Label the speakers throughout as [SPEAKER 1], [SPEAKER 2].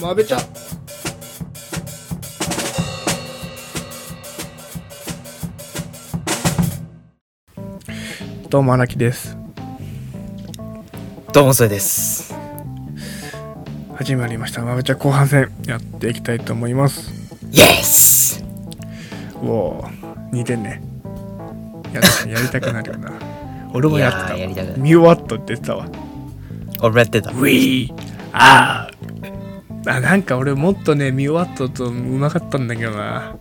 [SPEAKER 1] まべちゃ
[SPEAKER 2] どうも荒木です
[SPEAKER 3] どうもそれです
[SPEAKER 2] 始まりましたまべちゃ後半戦やっていきたいと思います
[SPEAKER 3] イエス
[SPEAKER 2] おお似てんねやだやりたくなるよな俺もやってた
[SPEAKER 3] いやーやりたくな
[SPEAKER 2] わ
[SPEAKER 3] る
[SPEAKER 2] 見終わったって言ってたわ
[SPEAKER 3] 俺もやってた
[SPEAKER 2] We are あなんか俺もっとね見終わったとうまかったんだけどな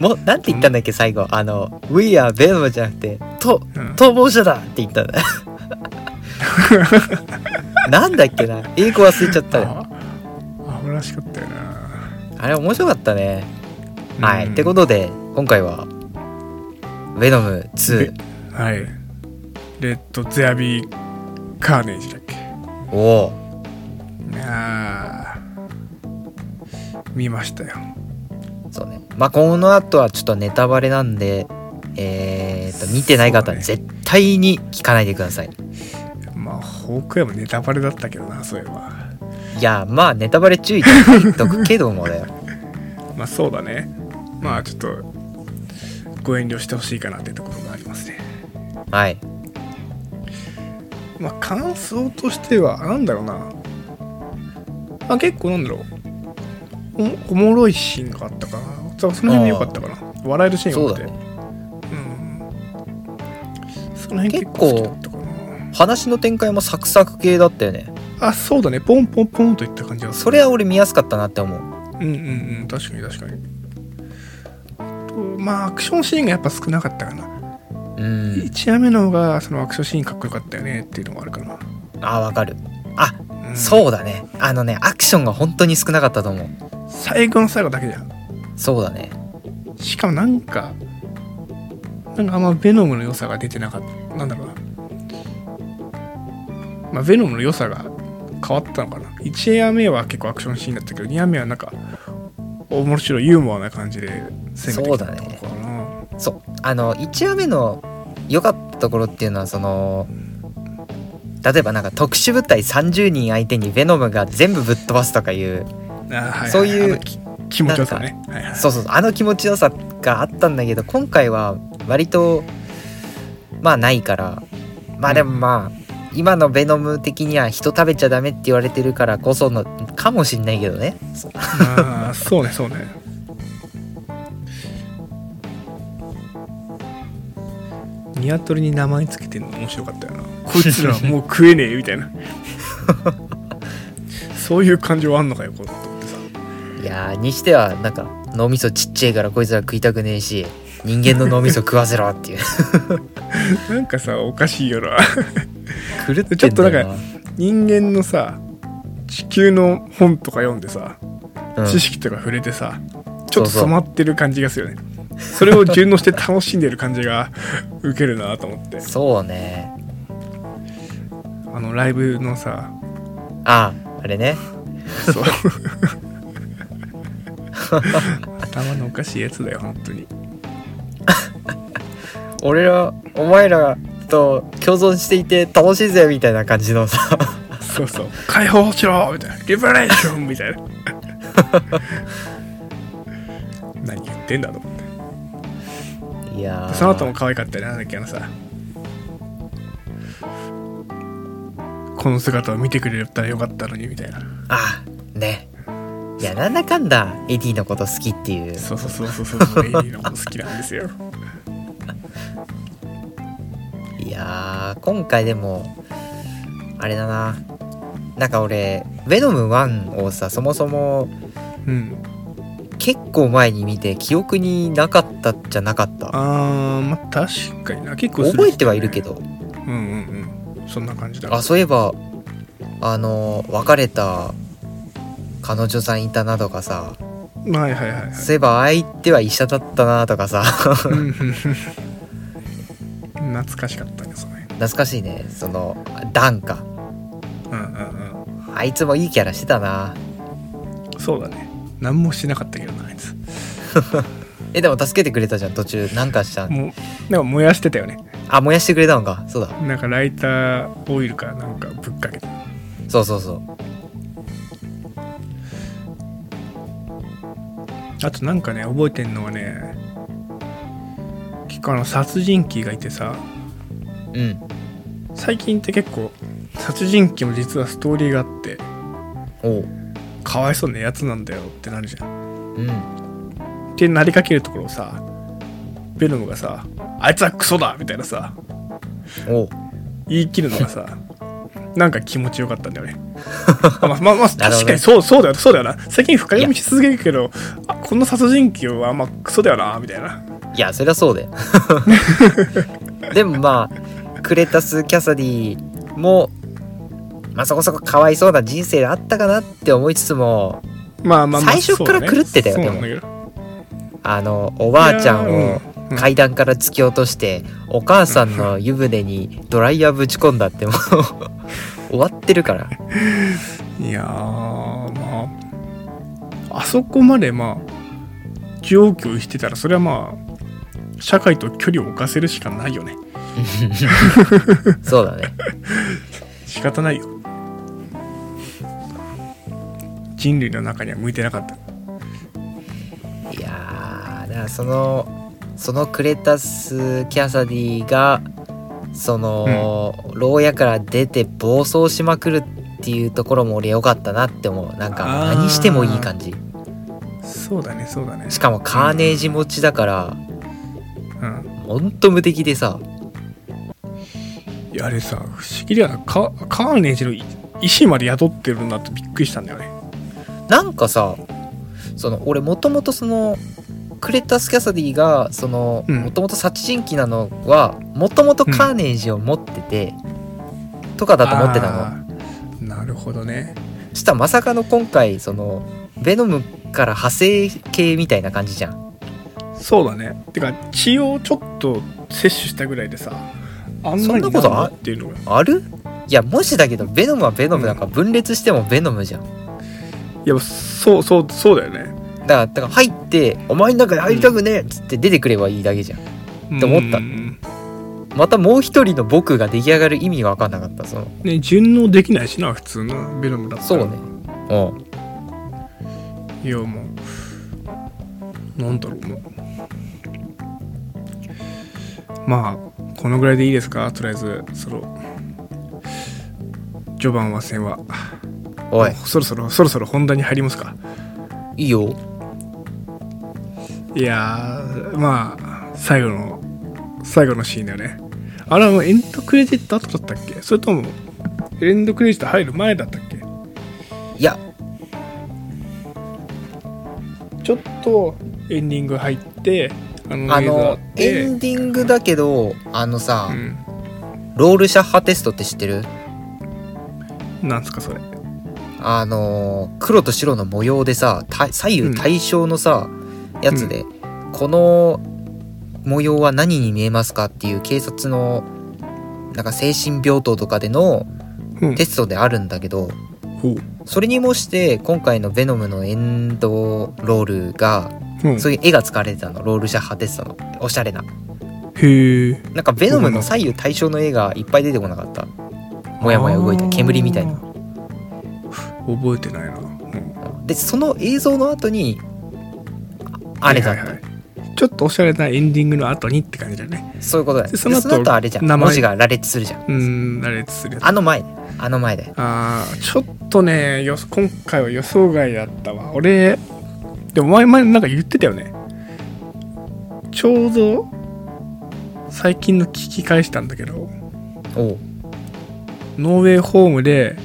[SPEAKER 3] もうなんて言ったんだっけ最後あの「We are Venom」じゃなくて「と
[SPEAKER 2] うん
[SPEAKER 3] 逃亡者だ!」って言っ たんだなんだっけな英語忘れちゃったよ
[SPEAKER 2] あアホらしかったよな
[SPEAKER 3] あれ面白かったねはい、
[SPEAKER 2] うん
[SPEAKER 3] ってことで今回は「ベノム2
[SPEAKER 2] はいレッド・ゼアビー・カーネージだっけ」
[SPEAKER 3] おお
[SPEAKER 2] あー見ましたよ
[SPEAKER 3] そうねまあこの後はちょっとネタバレなんでえー、と見てない方は
[SPEAKER 2] そう
[SPEAKER 3] 絶対に聞かないでください、
[SPEAKER 2] まあホークアイもネタバレだったけどなそういえば
[SPEAKER 3] いやまあネタバレ注意って言っとくけど もだよ
[SPEAKER 2] まあそうだねまあちょっとご遠慮してほしいかなってところもありますね
[SPEAKER 3] はい
[SPEAKER 2] まあ感想としてはなんだろうなあ結構なんだろうおおもろいシーンがあったかなそその辺でよかったかな笑えるシーンが
[SPEAKER 3] そ
[SPEAKER 2] あ
[SPEAKER 3] う
[SPEAKER 2] って
[SPEAKER 3] だね
[SPEAKER 2] うんその辺結構好きだったかな
[SPEAKER 3] 話の展開もサクサク系だったよね
[SPEAKER 2] あそうだねポンポンポンといった感じがする
[SPEAKER 3] それは俺見やすかったなって思う
[SPEAKER 2] うんうんうん確かに確かにとまあアクションシーンがやっぱ少なかったかな、
[SPEAKER 3] うん
[SPEAKER 2] 1話目の方がそのアクションシーンかっこよかったよねっていうのもあるかな、
[SPEAKER 3] あわかるあ、
[SPEAKER 2] うん
[SPEAKER 3] そうだねあのねアクションが本当に少なかったと思う
[SPEAKER 2] 最後の最後だけじゃん
[SPEAKER 3] そうだね
[SPEAKER 2] しかもなんかなんかあんまベノムの良さが出てなかったなんだろうなまあベノムの良さが変わったのかな1話目は結構アクションシーンだったけど2話目はなんか面白いユーモアな感じで攻めてきたとこかな、
[SPEAKER 3] そうあの1話目の良かったところっていうのはその例ええばなんか特殊部隊30人相手にヴェノムが全部ぶっ飛ばすとかいう
[SPEAKER 2] あーはは
[SPEAKER 3] そういう
[SPEAKER 2] あのき気持ちよさねはいはい
[SPEAKER 3] そうそうそうあの気持ちよさがあったんだけど今回は割とまあないからまあでもまあ、今のベノム的には人食べちゃダメって言われてるからこそのかもしんないけどね
[SPEAKER 2] ああそうねそうねニワトリに名前つけてんの面白かったよなこいつらはもう食えねえみたいなそういう感情あんのかよこうと思ってさ
[SPEAKER 3] いやーにしてはなんか脳みそちっちゃいからこいつら食いたくねえし人間の脳みそ食わせろっていう
[SPEAKER 2] なんかさおかしいよな
[SPEAKER 3] 狂ってんだよな
[SPEAKER 2] ちょっとなんか人間のさ地球の本とか読んでさ
[SPEAKER 3] うん
[SPEAKER 2] 知識とか触れてさ、ちょっと
[SPEAKER 3] そうそう
[SPEAKER 2] 染まってる感じがするよねそれを順応して楽しんでる感じがウケるなと思って
[SPEAKER 3] そうね
[SPEAKER 2] あのライブのさ
[SPEAKER 3] あああれね
[SPEAKER 2] そう 頭のおかしいやつだよ本当に
[SPEAKER 3] 俺らお前らと共存していて楽しいぜみたいな感じのさ
[SPEAKER 2] そうそう解放しろみたいなリベレーションみたいな 何言ってんだと思って
[SPEAKER 3] いやー
[SPEAKER 2] その後も可愛かったよねなんだっけあのさこの姿を見てくれたらよかったのにみたいな
[SPEAKER 3] あねいやなんだかんだエディのこと好きっていう
[SPEAKER 2] そうそうそうそうそう、 レイリーのこと好きなんですよ。
[SPEAKER 3] いやー今回でもあれだななんか俺「ヴェノム1」をさそもそも
[SPEAKER 2] うん。
[SPEAKER 3] 結構前に見て記憶になかったじゃなかった
[SPEAKER 2] あー、まあ確かにな。結構する
[SPEAKER 3] 覚えてはいるけ。ど
[SPEAKER 2] うんうんうん。そんな感じだ。
[SPEAKER 3] あそういえばあの別れた彼女さんいたなとかさ
[SPEAKER 2] はいはいはいはい。
[SPEAKER 3] そういえば相手は医者だったなとかさ
[SPEAKER 2] うんうんうん懐かしかったね、その辺。
[SPEAKER 3] 懐かしいねそのダンか
[SPEAKER 2] うんうん
[SPEAKER 3] あいつもいいキャラしてたな
[SPEAKER 2] うん。そうだね。何もしなかったけどな、あいつ。
[SPEAKER 3] えでも助けてくれたじゃん途中なんかしたん
[SPEAKER 2] もう、でも燃やしてたよね。
[SPEAKER 3] あ燃やしてくれたのかそうだ
[SPEAKER 2] なんかライターオイルかなんかぶっかけて。
[SPEAKER 3] そうそうそう
[SPEAKER 2] あとなんかね覚えてんのはね結構あの殺人鬼がいてさ
[SPEAKER 3] うん
[SPEAKER 2] 最近って結構殺人鬼も実はストーリーがあって
[SPEAKER 3] おう
[SPEAKER 2] かわいそうなやつなんだよってなるじゃん。
[SPEAKER 3] うん
[SPEAKER 2] ってなりかけるところをさベノムがさ「あいつはクソだ!」みたいなさ
[SPEAKER 3] おう
[SPEAKER 2] 言い切るのが さなんか気持ちよかったんだよね。まあまあ、まあ、
[SPEAKER 3] なるほ
[SPEAKER 2] 確
[SPEAKER 3] ど
[SPEAKER 2] か
[SPEAKER 3] ね
[SPEAKER 2] にそうそうだよそうだよな最近深読みし続けるけどあこの殺人鬼はまあクソだよなみたいな。
[SPEAKER 3] いやそりゃそうだよ でもまあクレタス・キャサディもまあそこそこかわいそうな人生あったかなって思いつつも
[SPEAKER 2] まあまあまあ
[SPEAKER 3] 最初から狂ってたよ
[SPEAKER 2] そう
[SPEAKER 3] で
[SPEAKER 2] だ
[SPEAKER 3] も
[SPEAKER 2] ねそうなんだけど
[SPEAKER 3] あのおばあちゃん
[SPEAKER 2] いや
[SPEAKER 3] を
[SPEAKER 2] ーうん
[SPEAKER 3] 階段から突き落としてお母さんの湯船にドライヤーぶち込んだってもう 終わってるから
[SPEAKER 2] いやーまああそこまでまあ上級してたらそれはまあ社会と距離を置かせるしかないよね
[SPEAKER 3] そうだね
[SPEAKER 2] 仕方ないよ人類の中には向いてなかった
[SPEAKER 3] いやーだからそのそのクレタス・キャサディがその、牢屋から出て暴走しまくるっていうところも俺良かったなって思うなんか
[SPEAKER 2] あー
[SPEAKER 3] 何してもいい感じ
[SPEAKER 2] そうだねそうだね
[SPEAKER 3] しかもカーネージ持ちだから
[SPEAKER 2] うん
[SPEAKER 3] ほんと無敵でさ
[SPEAKER 2] いやあれさ不思議だよなカカーネージの意志まで宿ってるんだってびっくりしたんだよね
[SPEAKER 3] なんかさその俺もともとそのクレタス・キャサディがその
[SPEAKER 2] うん
[SPEAKER 3] もともと殺人鬼なのはもともとカーネージを持ってて、とかだと思ってたの。
[SPEAKER 2] のなるほどね
[SPEAKER 3] そしたらまさかの今回そのベノムから派生系みたいな感じじゃん
[SPEAKER 2] そうだねてか血をちょっと摂取したぐらいでさあんなに
[SPEAKER 3] そんなこと
[SPEAKER 2] な
[SPEAKER 3] あ
[SPEAKER 2] るっていうのが
[SPEAKER 3] あるいやもしだけどベノムはベノムだから分裂してもベノムじゃん
[SPEAKER 2] いやそうそうそうだよね
[SPEAKER 3] だからだから入って「お前の中に入りたくねえ!」っつって出てくればいいだけじゃん
[SPEAKER 2] って
[SPEAKER 3] 思った
[SPEAKER 2] ね
[SPEAKER 3] またもう一人の僕が出来上がる意味が分かんなかったその
[SPEAKER 2] 順応できないしな普通のベノムだった
[SPEAKER 3] そう
[SPEAKER 2] ら
[SPEAKER 3] ねうん
[SPEAKER 2] いやもうなんだろうもうまあこのぐらいでいいですかとりあえずその序盤は戦は
[SPEAKER 3] おい
[SPEAKER 2] もうそろそろそろそろ本題に入りますか
[SPEAKER 3] いいよ
[SPEAKER 2] いやーまあ最後の最後のシーンだよねあれはもうエンドクレジット後だったっけそれともエンドクレジット入る前だったっけ
[SPEAKER 3] いや
[SPEAKER 2] ちょっとエンディング入ってあの
[SPEAKER 3] あ
[SPEAKER 2] 映像あ
[SPEAKER 3] の
[SPEAKER 2] って
[SPEAKER 3] エンディングだけどあのさ、
[SPEAKER 2] う
[SPEAKER 3] ロールシャッハテストって知ってる
[SPEAKER 2] んなんすかそれ
[SPEAKER 3] あのー黒と白の模様でさた左右対称のさ、やつで、この模様は何に見えますかっていう警察のなんか精神病棟とかでの
[SPEAKER 2] うん
[SPEAKER 3] テストであるんだけど、
[SPEAKER 2] ほう
[SPEAKER 3] それにもして今回の「ベノム」のエンドロールが、
[SPEAKER 2] うん
[SPEAKER 3] そういう絵が使われてたのロールシャッハテストのおしゃれな
[SPEAKER 2] へえ
[SPEAKER 3] なんかベノムの左右対称の絵がいっぱい出てこなかったもやもや動いた煙みたいな
[SPEAKER 2] 覚えてないな、うん
[SPEAKER 3] でその映像の後にああれだった、
[SPEAKER 2] はいはいはいちょっとおしゃれなエンディングの後にって感じだね
[SPEAKER 3] そういうことだよ
[SPEAKER 2] で
[SPEAKER 3] で
[SPEAKER 2] そ
[SPEAKER 3] そ
[SPEAKER 2] の後
[SPEAKER 3] の後あれじゃん
[SPEAKER 2] 名前
[SPEAKER 3] 文字が羅列するじゃん
[SPEAKER 2] うーんあれするやつ
[SPEAKER 3] あの前だよあの前だよ
[SPEAKER 2] あーちょっとねよ今回は予想外だったわ俺でも前前なんか言ってたよねちょうど最近の聞き返したんだけど
[SPEAKER 3] おう
[SPEAKER 2] ノーウェイホームで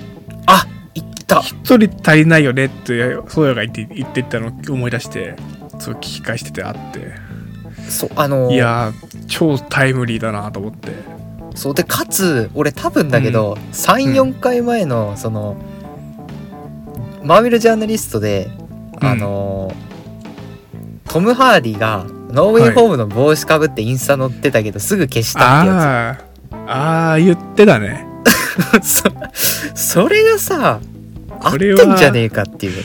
[SPEAKER 3] あ行った
[SPEAKER 2] 一人足りないよねってそうやが言って言ってたのを思い出してそう聞き返しててあって
[SPEAKER 3] そうあのー
[SPEAKER 2] いやー超タイムリーだなと思って
[SPEAKER 3] そうでかつ俺多分だけど、34回前のその、マーベルジャーナリストで
[SPEAKER 2] うん
[SPEAKER 3] あのートム・ハーディがノーウェイホームの帽子かぶってインスタ載ってたけど、すぐ消したってや
[SPEAKER 2] あーあー言ってた ね
[SPEAKER 3] つ そそれがさ合
[SPEAKER 2] こ
[SPEAKER 3] って
[SPEAKER 2] れは
[SPEAKER 3] んじゃねえかっていう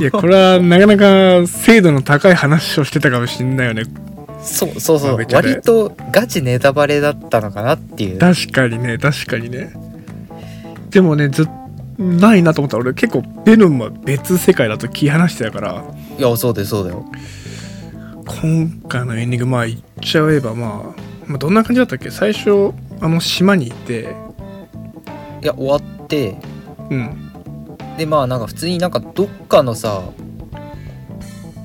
[SPEAKER 2] いやこれはなかなか精度の高い話をしてたかもしんないよね
[SPEAKER 3] そうそうそ
[SPEAKER 2] まあ
[SPEAKER 3] う
[SPEAKER 2] めちゃめちゃ
[SPEAKER 3] 割とガチネタバレだったのかなっていう
[SPEAKER 2] 確かにね確かにねでもねずっないなと思ったら俺結構ベノムは別世界だと切り離してたから
[SPEAKER 3] いやそうだよそうだよ
[SPEAKER 2] 今回のエンディングまあ言っちゃえば、まあ、まあどんな感じだったっけ最初あの島にいて
[SPEAKER 3] いや終わって
[SPEAKER 2] うん
[SPEAKER 3] でまあなんか普通になんかどっかのさ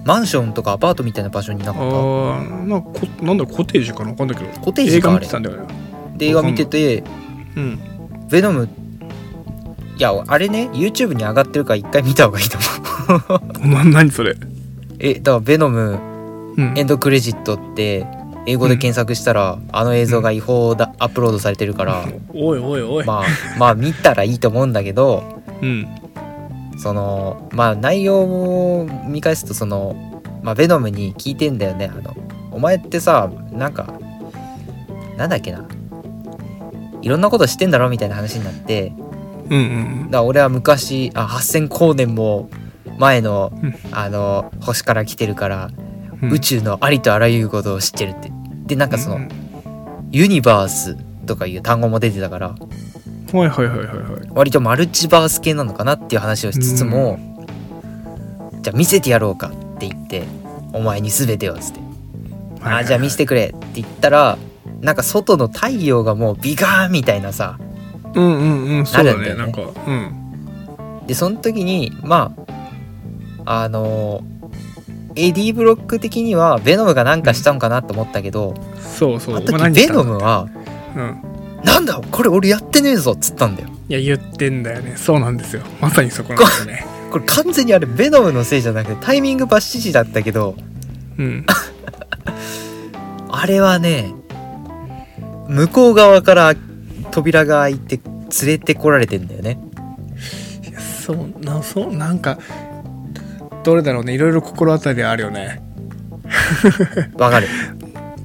[SPEAKER 3] マンションとかアパートみたいな場所にな
[SPEAKER 2] あ
[SPEAKER 3] んか
[SPEAKER 2] ーまあこなんだろうコテージかな分かんないけど
[SPEAKER 3] コテー
[SPEAKER 2] 映
[SPEAKER 3] ジ
[SPEAKER 2] 画
[SPEAKER 3] か
[SPEAKER 2] 見
[SPEAKER 3] あ
[SPEAKER 2] て
[SPEAKER 3] れ
[SPEAKER 2] たんだよね
[SPEAKER 3] で映画見てて
[SPEAKER 2] うん
[SPEAKER 3] ベノムいやあれね YouTube に上がってるから一回見た方がいいと思う
[SPEAKER 2] お前何それ
[SPEAKER 3] えだからベノム
[SPEAKER 2] うん
[SPEAKER 3] エンドクレジットって英語で検索したら、あの映像が違法だ、アップロードされてるから
[SPEAKER 2] おいおいおい、
[SPEAKER 3] まあまあ見たらいいと思うんだけど
[SPEAKER 2] うん
[SPEAKER 3] そのまあ内容を見返すとその、まあ、ベノムに聞いてんだよねあのお前ってさなんかなんだっけないろんなことしてんだろみたいな話になって
[SPEAKER 2] うん
[SPEAKER 3] だから俺は昔あ8,000光年も前の
[SPEAKER 2] うん
[SPEAKER 3] あの星から来てるから、
[SPEAKER 2] うん
[SPEAKER 3] 宇宙のありとあらゆることを知ってるってでなんかその、
[SPEAKER 2] うん
[SPEAKER 3] ユニバースとかいう単語も出てたから
[SPEAKER 2] はいはいはいはいはい
[SPEAKER 3] 割とマルチバース系なのかなっていう話をしつつも、じゃあ見せてやろうかって言って「お前に全てを」っつって「あーじゃあ見せてくれ」って言ったらなんか外の太陽がもうビガーみたいなさ
[SPEAKER 2] うんうんうんそうだねな
[SPEAKER 3] なる
[SPEAKER 2] ん
[SPEAKER 3] ん
[SPEAKER 2] か
[SPEAKER 3] だ
[SPEAKER 2] うん
[SPEAKER 3] でその時にまああのー AD ブロック的にはベノムがなんかしたのかなと思ったけど、
[SPEAKER 2] そうそう
[SPEAKER 3] あの
[SPEAKER 2] お前
[SPEAKER 3] 時
[SPEAKER 2] 何し
[SPEAKER 3] ベ
[SPEAKER 2] たの
[SPEAKER 3] ノムは
[SPEAKER 2] うん
[SPEAKER 3] 「なんだこれ俺やってねえぞ」っつったんだよ
[SPEAKER 2] いや言ってんだよねそうなんですよまさにそこなんですよね
[SPEAKER 3] これ完全にあれベノムのせいじゃなくてタイミングバッチリだったけど
[SPEAKER 2] うん
[SPEAKER 3] あれはね、向こう側から扉が開いて連れてこられてんだよね。
[SPEAKER 2] いやそうなそうなんかどれだろうねいろいろ心当たりあるよね
[SPEAKER 3] わかる。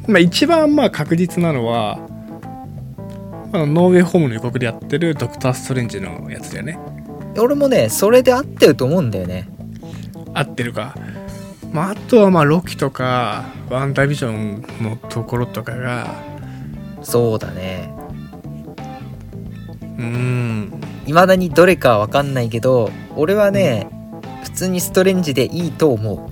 [SPEAKER 2] まあ一番まあ確実なのはあのノーウェイホームの予告でやってるドクター・ストレンジのやつだよね
[SPEAKER 3] 俺もね、それで合ってると思うんだよね。
[SPEAKER 2] 合ってるか、まあ、あとはまあロキとかワンダービジョンのところとかが
[SPEAKER 3] そうだね。
[SPEAKER 2] うーん
[SPEAKER 3] 未だにどれかわかんないけど、俺はね、普通にストレンジでいいと思う。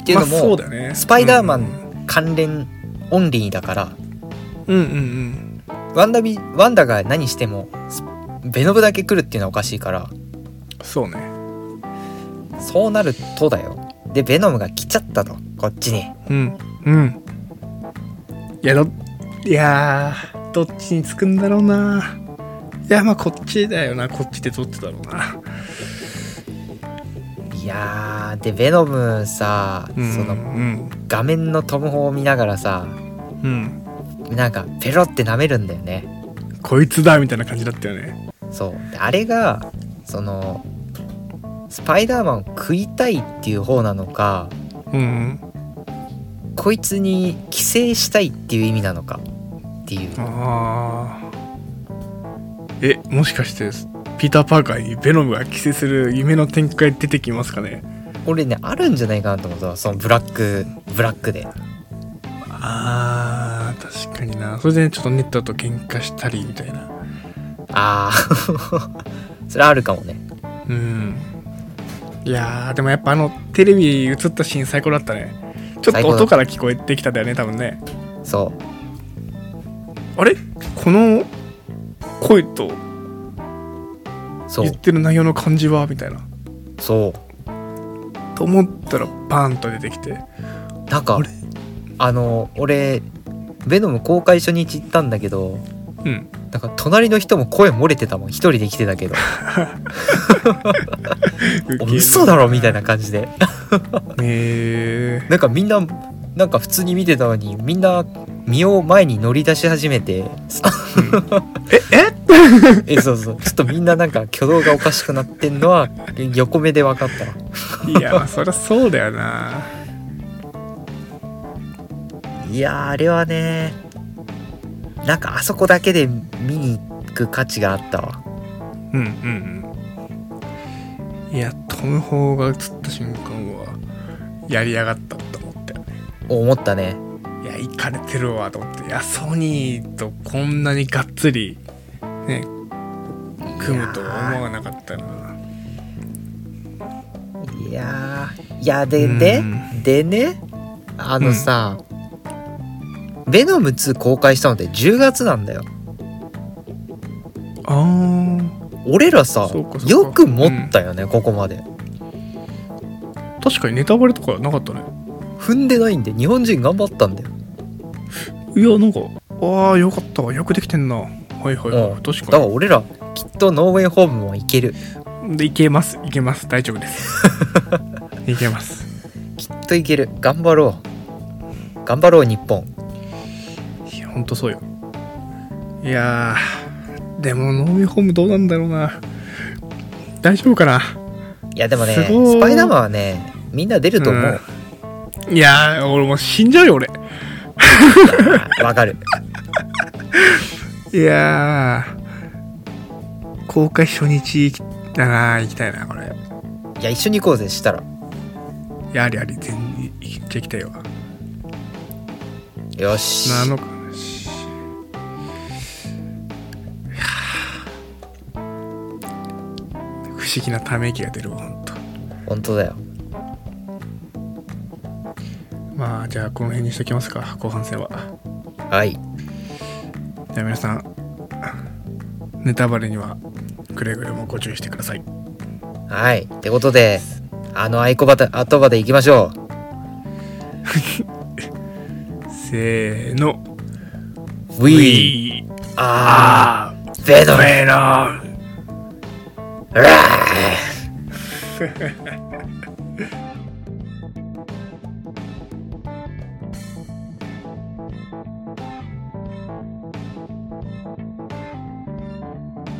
[SPEAKER 3] っていうの
[SPEAKER 2] まあ、そう
[SPEAKER 3] も、
[SPEAKER 2] だよね
[SPEAKER 3] スパイダーマン関連オンリーだから、
[SPEAKER 2] うんうんうん
[SPEAKER 3] ワンダビ、ワンダが何しても、スベノブだけ来るっていうのはおかしいから、
[SPEAKER 2] そうね
[SPEAKER 3] そうなるとだよ。で、ベノムが来ちゃったと、こっちに。
[SPEAKER 2] うんうんいやどいやーどっちにつくんだろうないやまあこっちだよなこっちでどっちだろうない
[SPEAKER 3] やーでベノムさ、
[SPEAKER 2] うん
[SPEAKER 3] その
[SPEAKER 2] うん
[SPEAKER 3] 画面のトムホを見ながらさ
[SPEAKER 2] うん
[SPEAKER 3] なんかペロって舐めるんだよね
[SPEAKER 2] こいつだみたいな感じだったよね
[SPEAKER 3] そうであれがそのスパイダーマンを食いたいっていう方なのか
[SPEAKER 2] うん
[SPEAKER 3] こいつに寄生したいっていう意味なのかっていう
[SPEAKER 2] あーえもしかしてピーター・パーカーにベノムが寄生する夢の展開出てきますかね
[SPEAKER 3] 俺ねあるんじゃないかなと思ったそのブラックブラックで
[SPEAKER 2] あー確かになそれでねちょっとネットと喧嘩したりみたいな
[SPEAKER 3] ああ それあるかもね
[SPEAKER 2] うんいやーでもやっぱあのテレビ映ったシーン最高だったねちょっ
[SPEAKER 3] 最
[SPEAKER 2] と
[SPEAKER 3] 高だ
[SPEAKER 2] 音から聞こえてきたんだよね多分ね
[SPEAKER 3] そ
[SPEAKER 2] あれこの声と
[SPEAKER 3] うそ
[SPEAKER 2] 言
[SPEAKER 3] う
[SPEAKER 2] ってる内容の感じはみたいな
[SPEAKER 3] そう
[SPEAKER 2] と思ったらバーンと出てきて
[SPEAKER 3] なんか
[SPEAKER 2] あ
[SPEAKER 3] あ
[SPEAKER 2] れ
[SPEAKER 3] の俺ベノム公開初日行ったんだけど
[SPEAKER 2] うん
[SPEAKER 3] なんか隣の人も声漏れてたもん一人で来てたけどお嘘だろみたいな感じで
[SPEAKER 2] へえ
[SPEAKER 3] なんかみんななんか普通に見てたのにみんな身を前に乗り出し始めてええそうそうちょっとみんななんか挙動がおかしくなってんのは横目で分かったわ
[SPEAKER 2] いやまあ そりゃそうだよない
[SPEAKER 3] やーあれはねなんかあそこだけで見に行く価値があったわ
[SPEAKER 2] うんうんうんいやトム・ホーが映った瞬間はやりやがったと思って
[SPEAKER 3] 思ったね
[SPEAKER 2] いや、行かれてるわと思って、いや、ソニーとこんなにがっつり、ね、組むと思わなかったな。
[SPEAKER 3] いやーいやでね
[SPEAKER 2] うん
[SPEAKER 3] でねあのさ、ベノム2公開したのって10月なんだよ
[SPEAKER 2] あー
[SPEAKER 3] 俺らさ
[SPEAKER 2] そうかそうか
[SPEAKER 3] よく持ったよね、ここまで
[SPEAKER 2] 確かにネタバレとかなかったね。
[SPEAKER 3] 踏んでないんで日本人頑張ったんだよ
[SPEAKER 2] いや、なんか、ああ、よかったわ。よくできてんな。はいはいは
[SPEAKER 3] うん
[SPEAKER 2] い。確
[SPEAKER 3] だから
[SPEAKER 2] か
[SPEAKER 3] 俺らきっとノーウェイホームもいける
[SPEAKER 2] に。で、いけます。いけます。大丈夫 です。いけます。
[SPEAKER 3] きっといける頑張ろう頑張ろう日本
[SPEAKER 2] いや、ほんとそうよ。いやー、でも、ノーウェイホームどうなんだろうな。大丈夫かな。
[SPEAKER 3] いやでもね
[SPEAKER 2] すごい
[SPEAKER 3] スパイダーマンはねみんな出ると思うわ、
[SPEAKER 2] うんいやー、俺もう死んじゃうよ、俺。
[SPEAKER 3] かる
[SPEAKER 2] いやー、公開初日行きだな行きたいな、これ。
[SPEAKER 3] いや一緒に行こうぜしたら
[SPEAKER 2] いやありあり、全然行っちゃいきたいわ。
[SPEAKER 3] よし
[SPEAKER 2] なのかなし。いやー不思議なため息が出るわ、ほんと。
[SPEAKER 3] 本当だよ
[SPEAKER 2] まあ、じゃあ、この辺にしときますか、後半戦は。
[SPEAKER 3] はい
[SPEAKER 2] じゃあ皆さん、ネタバレにはくれぐれもご注意してください。
[SPEAKER 3] はいってことであのアイコバタ後場で行きましょ
[SPEAKER 2] せーの。
[SPEAKER 3] う We あ
[SPEAKER 2] あ
[SPEAKER 3] ーベノム
[SPEAKER 2] ーの
[SPEAKER 3] うわー